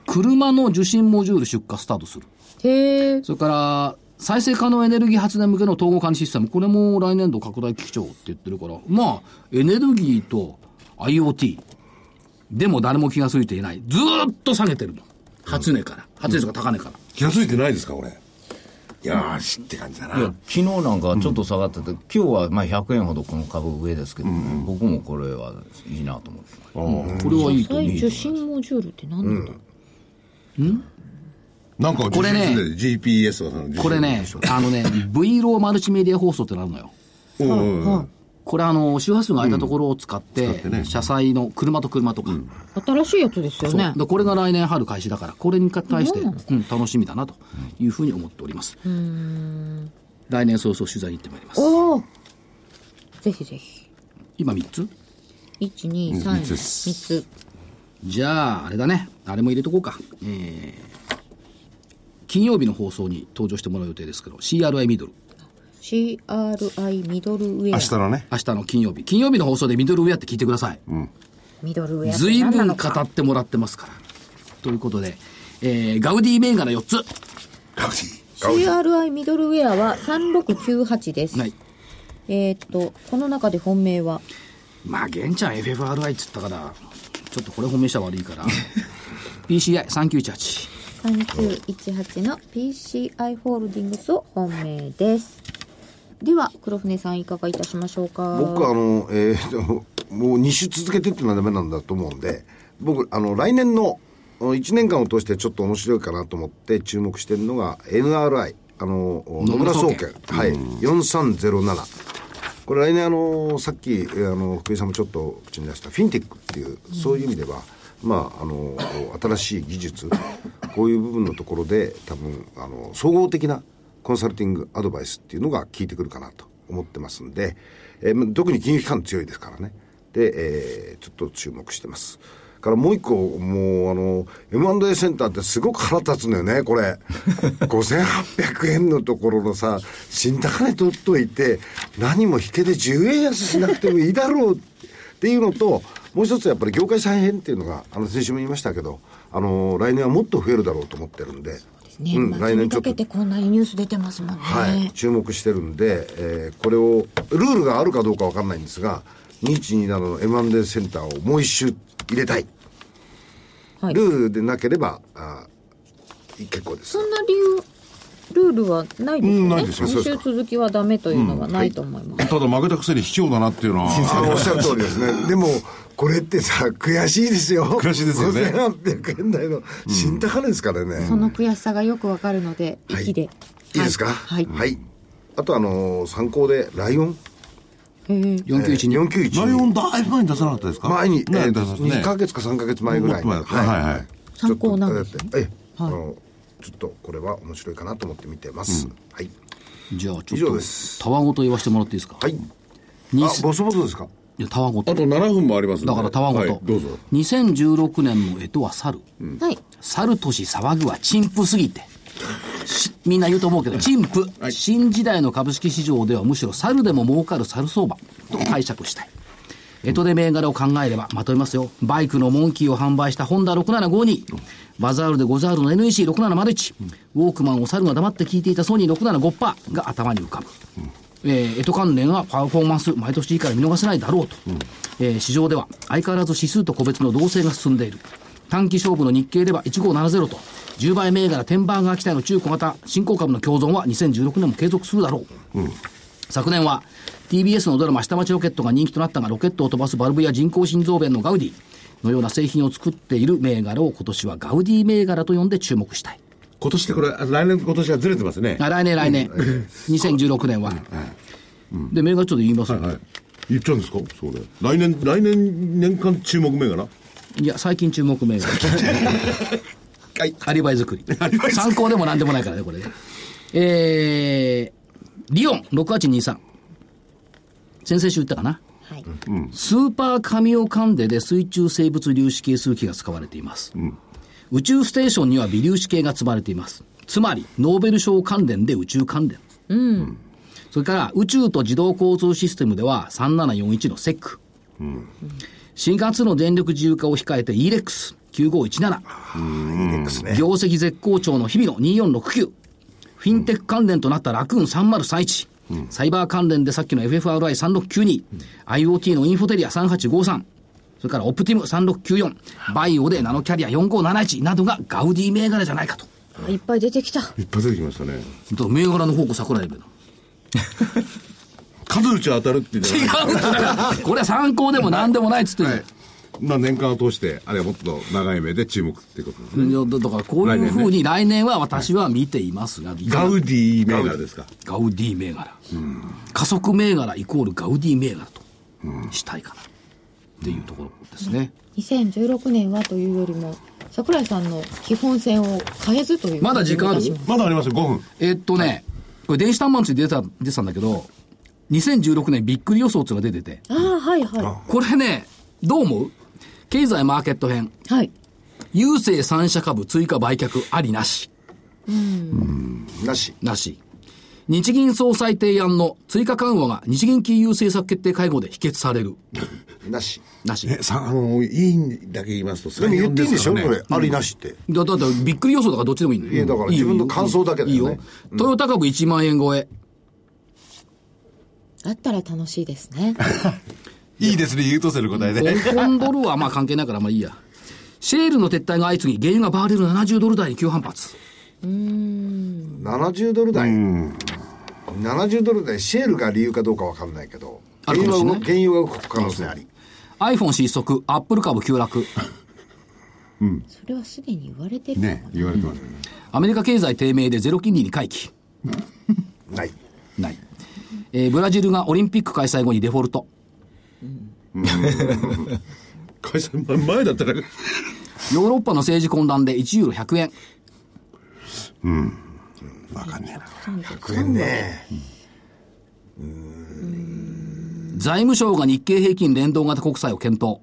S1: 車の受信モジュール出荷スタートする。
S4: へえ。
S1: それから、再生可能エネルギー発電向けの統合管理システム。これも来年度拡大基調って言ってるから、まあ、エネルギーと IoT。でも誰も気が付いていない。ずーっと下げてるの。初値から。初値とか高値から。
S7: 気が付いてないですかこれよーしって感じだ
S6: いや
S7: な
S6: 昨日なんかちょっと下がってて、今日はまあ100円ほどこの株上ですけど、僕もこれはいいなと思って
S1: これはいいと思う。
S4: 再受信モジュールって何なんだろう
S7: なんか
S1: これね
S7: GPS はその
S1: これね、あのね、V ローマルチメディア放送ってなるのよ。
S7: おお
S1: これあの、周波数が空いたところを使って、車載の車と車とか。
S4: 新しいやつですよ
S1: そう
S4: ね。
S1: でこれが来年春開始だから、これに対して、うん、楽しみだなというふうに思っております。来年早々取材に行ってまいります。
S4: おおぜひぜひ。
S1: 今3つ
S4: 1、2、3、
S7: 三つです
S4: 三つ。
S1: じゃあ、あれだね。あれも入れとこうか。えー、金曜日の放送に登場してもらう予定ですけど、CRI ミドル。
S4: CRI ミドルウェ
S7: 明日
S4: ア。
S7: のね
S1: 明日の金曜日。金曜日の放送でミドルウェアって聞いてください。
S4: ミドルウェア
S1: ずい
S4: 何
S1: ぶ
S4: なんの
S1: 語
S4: か
S1: ってもらってますから。ということで、えー、ガウディ銘柄4つ。
S7: ガウディ
S4: CRI ミドルウェアは3698です。
S1: はい。
S4: えーっと、この中で本命は、
S1: まあ、玄ちゃん FFRI っつったから、ちょっとこれ褒めしたら悪いから。PCI3918。
S4: 3918の PCI ホールディングスを本命です。では、黒船さんいかがいたしましょうか
S5: 僕あの、えーと、もう2週続けてってのはダメなんだと思うんで、僕、あの、来年の1年間を通してちょっと面白いかなと思って注目してるのが NRI、あの、野
S1: 村
S5: 村
S1: 総
S5: 総
S1: 研
S5: 研、はい、4307。これ来年あのさっきえーあの福井さんもちょっと口に出したフィンテックっていうそういう意味では、まああの新しい技術こういう部分のところで多分あの総合的なコンサルティングアドバイスっていうのが効いてくるかなと思ってますんで、えーま特に金融機関強いですからねで、えーちょっと注目してますからもう一個もうあの M&A センターってすごく腹立つのよねこ れ5800円のところのさ新高値取っといて何も引けで10円安しなくてもいいだろうっていうのともう一つやっぱり業界再編っていうのがあの先週も言いましたけどあの来年はもっと増えるだろうと思ってるんで
S4: ね、
S5: うん
S4: 来年かけてこんなにニュース出てますもんね。
S5: はい、注目してるんで、えーこれをルールがあるかどうかわかんないんですが2127の M&A センターをもう一周入れたい、
S4: はい
S5: ルールでなければあー結構です
S4: そんな理由、ルールはないです
S7: う
S4: よ
S7: ん
S4: ね。
S7: ないですよ
S4: 2週続きはダメというのはないと思います。
S7: ただ負けたくせに卑怯だなっていうのは
S5: あ のおっしゃる通りですねでもこれってさ悔しいですよ
S7: 悔しいですよね
S5: 5800円台の新高値ですからね、
S4: その悔しさがよくわかるので、
S5: はい
S4: 息で。
S5: いいですか
S4: はい。はい
S5: あとあのー参考でライオン
S4: えー
S1: 4912、
S5: 491
S7: ライオンだいぶ前に出さなかったですか
S5: 前に、え
S7: ね出さ
S5: 2
S7: ね
S5: ヶ月か3ヶ月前ぐらいに
S7: もっと前だったはいはい
S4: 参考なんです
S5: ちょ
S4: ね
S5: っとええ
S4: はい
S5: あのちょっとこれは面白いかなと思って見てます、はい
S1: じゃあ
S5: 以
S1: ちょ
S5: 上
S1: っ
S5: です
S1: とたわごと言わせてもらっていいですか
S5: はい
S1: に
S5: あボソボソですか
S1: いやたわごと
S7: あと7分もありますんで
S1: だからたわごと、
S7: はいどうぞ
S1: 2016年の干支は猿、
S4: はい。
S1: 猿年騒ぐは陳腐すぎて。しみんな言うと思うけど、陳腐、新時代の株式市場ではむしろ猿でも儲かる猿相場と解釈したい。江戸で銘柄を考えれば、まとめますよ。バイクのモンキーを販売したホンダ6752、バザールでゴザールの NEC6701、ウォークマンを猿が黙って聞いていたソニー675%パーが頭に浮かぶ。えー、エト関連はパフォーマンス、毎年いいから見逃せないだろうと、えー市場では相変わらず指数と個別の同性が進んでいる、短期勝負の日経では1570と、10倍銘柄、テンバーガー期待の中古型、新興株の共存は2016年も継続するだろう。昨年は TBS のドラマ下町ロケットが人気となったがロケットを飛ばすバルブや人工心臓弁のガウディのような製品を作っている銘柄を今年はガウディ銘柄と呼んで注目したい。
S7: 今年ってこれあ来年今年はずれてますね
S1: あ来年来年、2016年は。で、銘柄ちょっと言いますよ、
S7: はい言っちゃうんですかそれ来年来年年間注目銘柄
S1: いや、最近注目銘柄。アリバイ作り。参考でも何でもないからね、これね。えー、リオン6823。先々週言ったかな。
S4: はい。
S1: スーパーカミオカンデで水中生物粒子系数機が使われています。宇宙ステーションには微粒子系が積まれています。つまり、ノーベル賞関連で宇宙関連。それから、宇宙と自動交通システムでは3741のセック。新幹線の電力自由化を控えて ELEX9517。
S5: EX ね
S1: 業績絶好調の日々の2469。フィンテック関連となったラクーン3031。サイバー関連でさっきの FFRI3692、IoT のインフォテリア3853、それからオプティム3694、バイオでナノキャリア4571などがガウディ銘柄じゃないかと。
S4: あいっぱい出てきた。
S7: いっぱい出てきましたね
S1: ちょっと銘柄の方向桜井部の。
S7: 数打ち当たるっていうのが
S1: 違うってだからこれは参考でも何でもないっつってんの
S7: はいまあ年間を通してあるいはもっと長い目で注目っていうことですね
S1: いやだだからこういうふうに来年は私は見ていますが、いか
S7: ガ
S1: が
S7: ウディ銘柄ですか
S1: ガウディ銘柄、加速銘柄イコールガウディ銘柄としたいかなっていうところですね、
S4: 2016年はというよりも、桜井さんの基本線を変えずという。
S1: まだ時間ある
S7: まだありますよ5分
S1: えっとね、これ電子端末に出た出てたんだけど2016年びっくり予想っていうのが出てて
S4: ああ、はいは
S1: これねどう思う経済マーケット編
S4: い。はい。
S1: 郵政3社株追加売却ありなし
S5: なし
S1: なし日銀総裁提案の追加緩和が日銀金融政策決定会合で否決される
S5: なし
S1: なし
S7: えさあの委員だけ言いますと
S5: でも言っていいんでしょ
S7: 34
S5: こ
S7: から
S5: れありなしって
S1: だだってびっくり予想とかどっちでもいいのよ。
S5: いやだから
S1: いいよ
S5: 自分の感想だけだよね
S1: いいよ。トヨタ株1万円超え。
S4: だったら楽しいですね。
S7: いいですね優等生の答えで
S1: 香港ドルはまあ関係ないからまあいいや。シェールの撤退が相次ぎ、原油がバーレル70ドル台に急反発。
S5: 70ドル台70ドル台シェールが理由かどうかわかんないけど
S1: ある
S5: 原
S1: かもしれ
S5: 油が
S1: ない
S5: 原油が動く可能性あり
S1: iPhone 失速、アップル株急落。
S4: それはすでに言われてるかも
S7: ね言われてますよね
S1: アメリカ経済低迷でゼロ金利に回帰。
S5: ない
S1: ない。えーブラジルがオリンピック開催後にデフォルト。
S7: 会社前前だったら、
S1: ヨーロッパの政治混乱で1ユーロ100円。
S7: わかんねえな。
S5: 100円ね。
S1: 財務省が日経平均連動型国債を検討。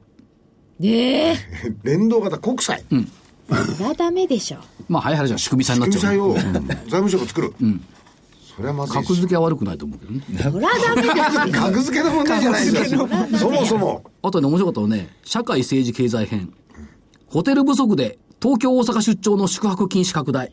S4: ねえ
S5: 連動型国債。
S4: そりゃダメでしょ
S1: まあ、早い話は仕組み債になっ
S5: 国
S1: ちゃ
S5: 債
S1: う。
S5: を財務省が作る。それはまずい
S1: 格
S5: です
S1: 付けは悪くないと思うけどね。
S4: そりゃダメだよ
S5: 格付けの問題じゃないですよ。そもそも。
S1: あとね、面白かったのね、社会政治経済編。ホテル不足で東京大阪出張の宿泊禁止拡大。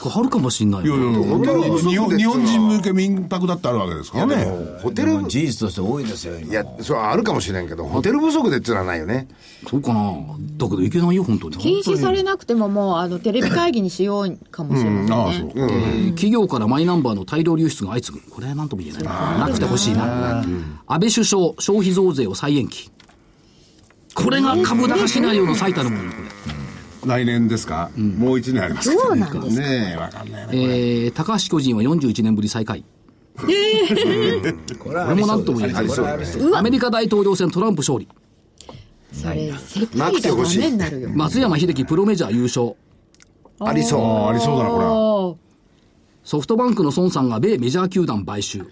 S1: これあるかもしんない
S7: いや
S1: よ
S7: い
S1: ね。
S7: や
S5: 本当に不足
S7: 日
S5: で
S7: 本
S5: す
S7: 日
S5: よ
S7: 本人向け民泊だってあるわけですから
S5: で
S7: ね。
S5: もホ
S6: で
S5: テル
S6: も、事実として多いですよ、今
S5: いや、それはあるかもしれんけど、ホテル不足でっていうのはないよね。
S1: そうかなだけどいけないよ、本当に。
S4: 禁止されなくてももうあのテレビ会議にしようかもしれませんね、
S7: ああ、そう。
S1: えー企業からマイナンバーの大量流出が相次ぐ。これはなんとも言えないな。なくてほしいな。安倍首相、消費増税を再延期。これが株高シナリオの最たるもの、これ。
S7: 来年ですか、もう一年ありますから
S4: そうなんですか
S7: ねえ、わかんないな。
S1: えー、高橋巨人は41年ぶり再開。
S6: これは
S1: これもなんとも言え
S6: あ
S1: ない
S6: りそうだね
S1: アメリカ大統領選トランプ勝利。
S4: それ世
S5: な
S4: 界
S5: くて
S4: がダ
S5: ほしい
S4: メになるよ
S1: 松山英樹プロメジャー優勝。
S5: ありそう。
S7: ああ、ありそうだな、これは。
S4: おー
S1: ソフトバンクの孫さんが米メジャー球団買収。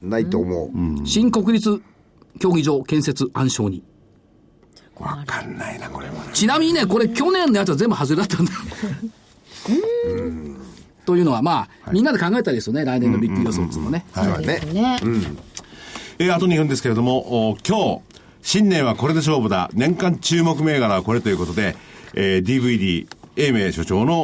S5: ないと思う。
S1: 新国立競技場建設暗礁に。
S7: わかんないな、これもな。
S1: ちなみにね、これ去年のやつは全部外れだったんだ。というのは、まあ、みんなで考えたりですよね、来年のビッグ予想っていうのね。
S5: それはね。
S4: ね、
S7: えーあと2分ですけれども、お今日、新年はこれで勝負だ。年間注目銘柄はこれということで、えー DVD、英明所長の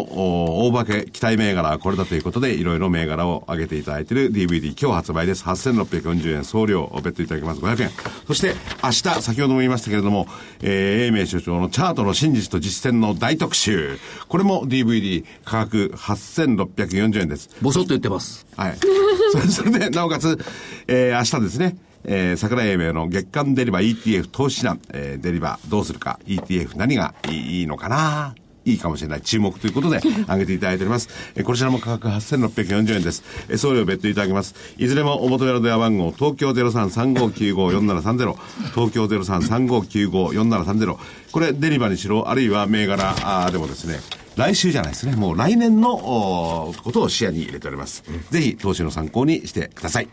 S7: お大化け期待銘柄はこれだということで、いろいろ銘柄を上げていただいている DVD、今日発売です。8640円送料、別途いただきます。500円。そして、明日、先ほども言いましたけれども、えー英明所長のチャートの真実と実践の大特集。これも DVD、価格8640円です。
S1: ボソッと言ってます。
S7: はい。 それそれで、なおかつ、えー、明日ですね、えー、桜井英明の月間デリバー ETF 投資難、えー、デリバーどうするか、ETF 何がいいいいのかないいかもしれない。注目ということで、上げていただいております。えーこちらも価格8640円です。えー、送料別途いただきます。いずれもお求めの電話番号、東京0335954730、東京0335954730。これ、デリバーにしろ、あるいは銘柄あーでもですね、来週じゃないですね。もう来年のおーことを視野に入れております。ぜひ投資の参考にしてください。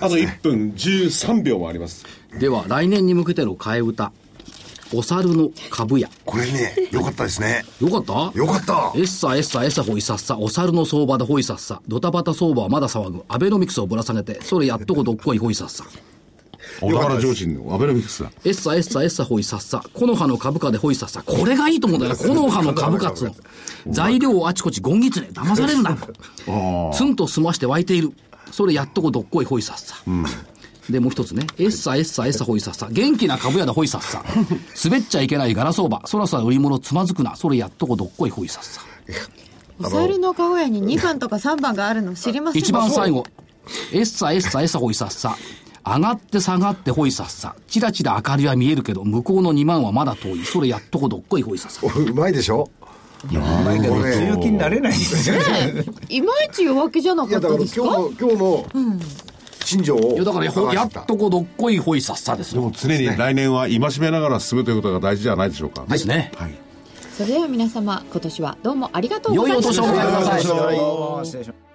S7: あと1分13秒もあります。
S1: では、来年に向けての替え歌。お猿の株や。
S5: これね、よかったですね。
S1: よかった
S5: よかった
S1: エッサエッサエッサホイサッサ、お猿の相場でホイサッサ、ドタバタ相場はまだ騒ぐ、アベノミクスをぶら下げて、それやっとこどっこいホイサッサ。
S7: 小田原上信のアベノミクスだ。
S1: エッサエッサエッサホイサッサ、木の葉の株価でホイサッサ。これがいいと思うんだよな、木の葉の株価っつうの。材料をあちこちゴンギツネ、騙されるな。ツンと済まして湧いている。それやっとこどっこいホイサッサ。で、もう一つね。エッサエッサエッサホイサッサ。元気な株屋だホイサッサ。滑っちゃいけないガラ相場。そらそら売り物つまずくな。それやっとこどっこいホイサッサ。
S4: お猿の顔屋に2番とか3番があるの知りません
S1: 一番最後。エッサエッサエッサホイサッサ。上がって下がってホイサッサ。チラチラ明かりは見えるけど、向こうの2万はまだ遠い。それやっとこどっこいホイサッサ。
S5: うまいでしょ
S6: うまいけど
S5: これ
S6: 強気になれないですよね
S4: いまいち弱気じゃないか
S5: や、
S4: っ
S5: だか
S4: た
S5: ら今
S4: です
S5: 日
S4: か
S5: の、今日の、新庄を。
S1: いやだからほ
S5: 高橋
S1: や
S5: さん
S1: っとこどっこいほいさっさです
S7: で
S1: よ。
S7: も常に来年は戒めながら進むということが大事じゃないでしょうか。
S1: ですね。
S7: はい。
S4: それでは皆様今年はどうもありがとうご
S1: 良
S4: ざ
S1: い
S4: い
S1: お
S4: ま
S1: 年をお
S4: し
S1: 迎え
S4: た
S1: ください。
S6: どうも失礼しました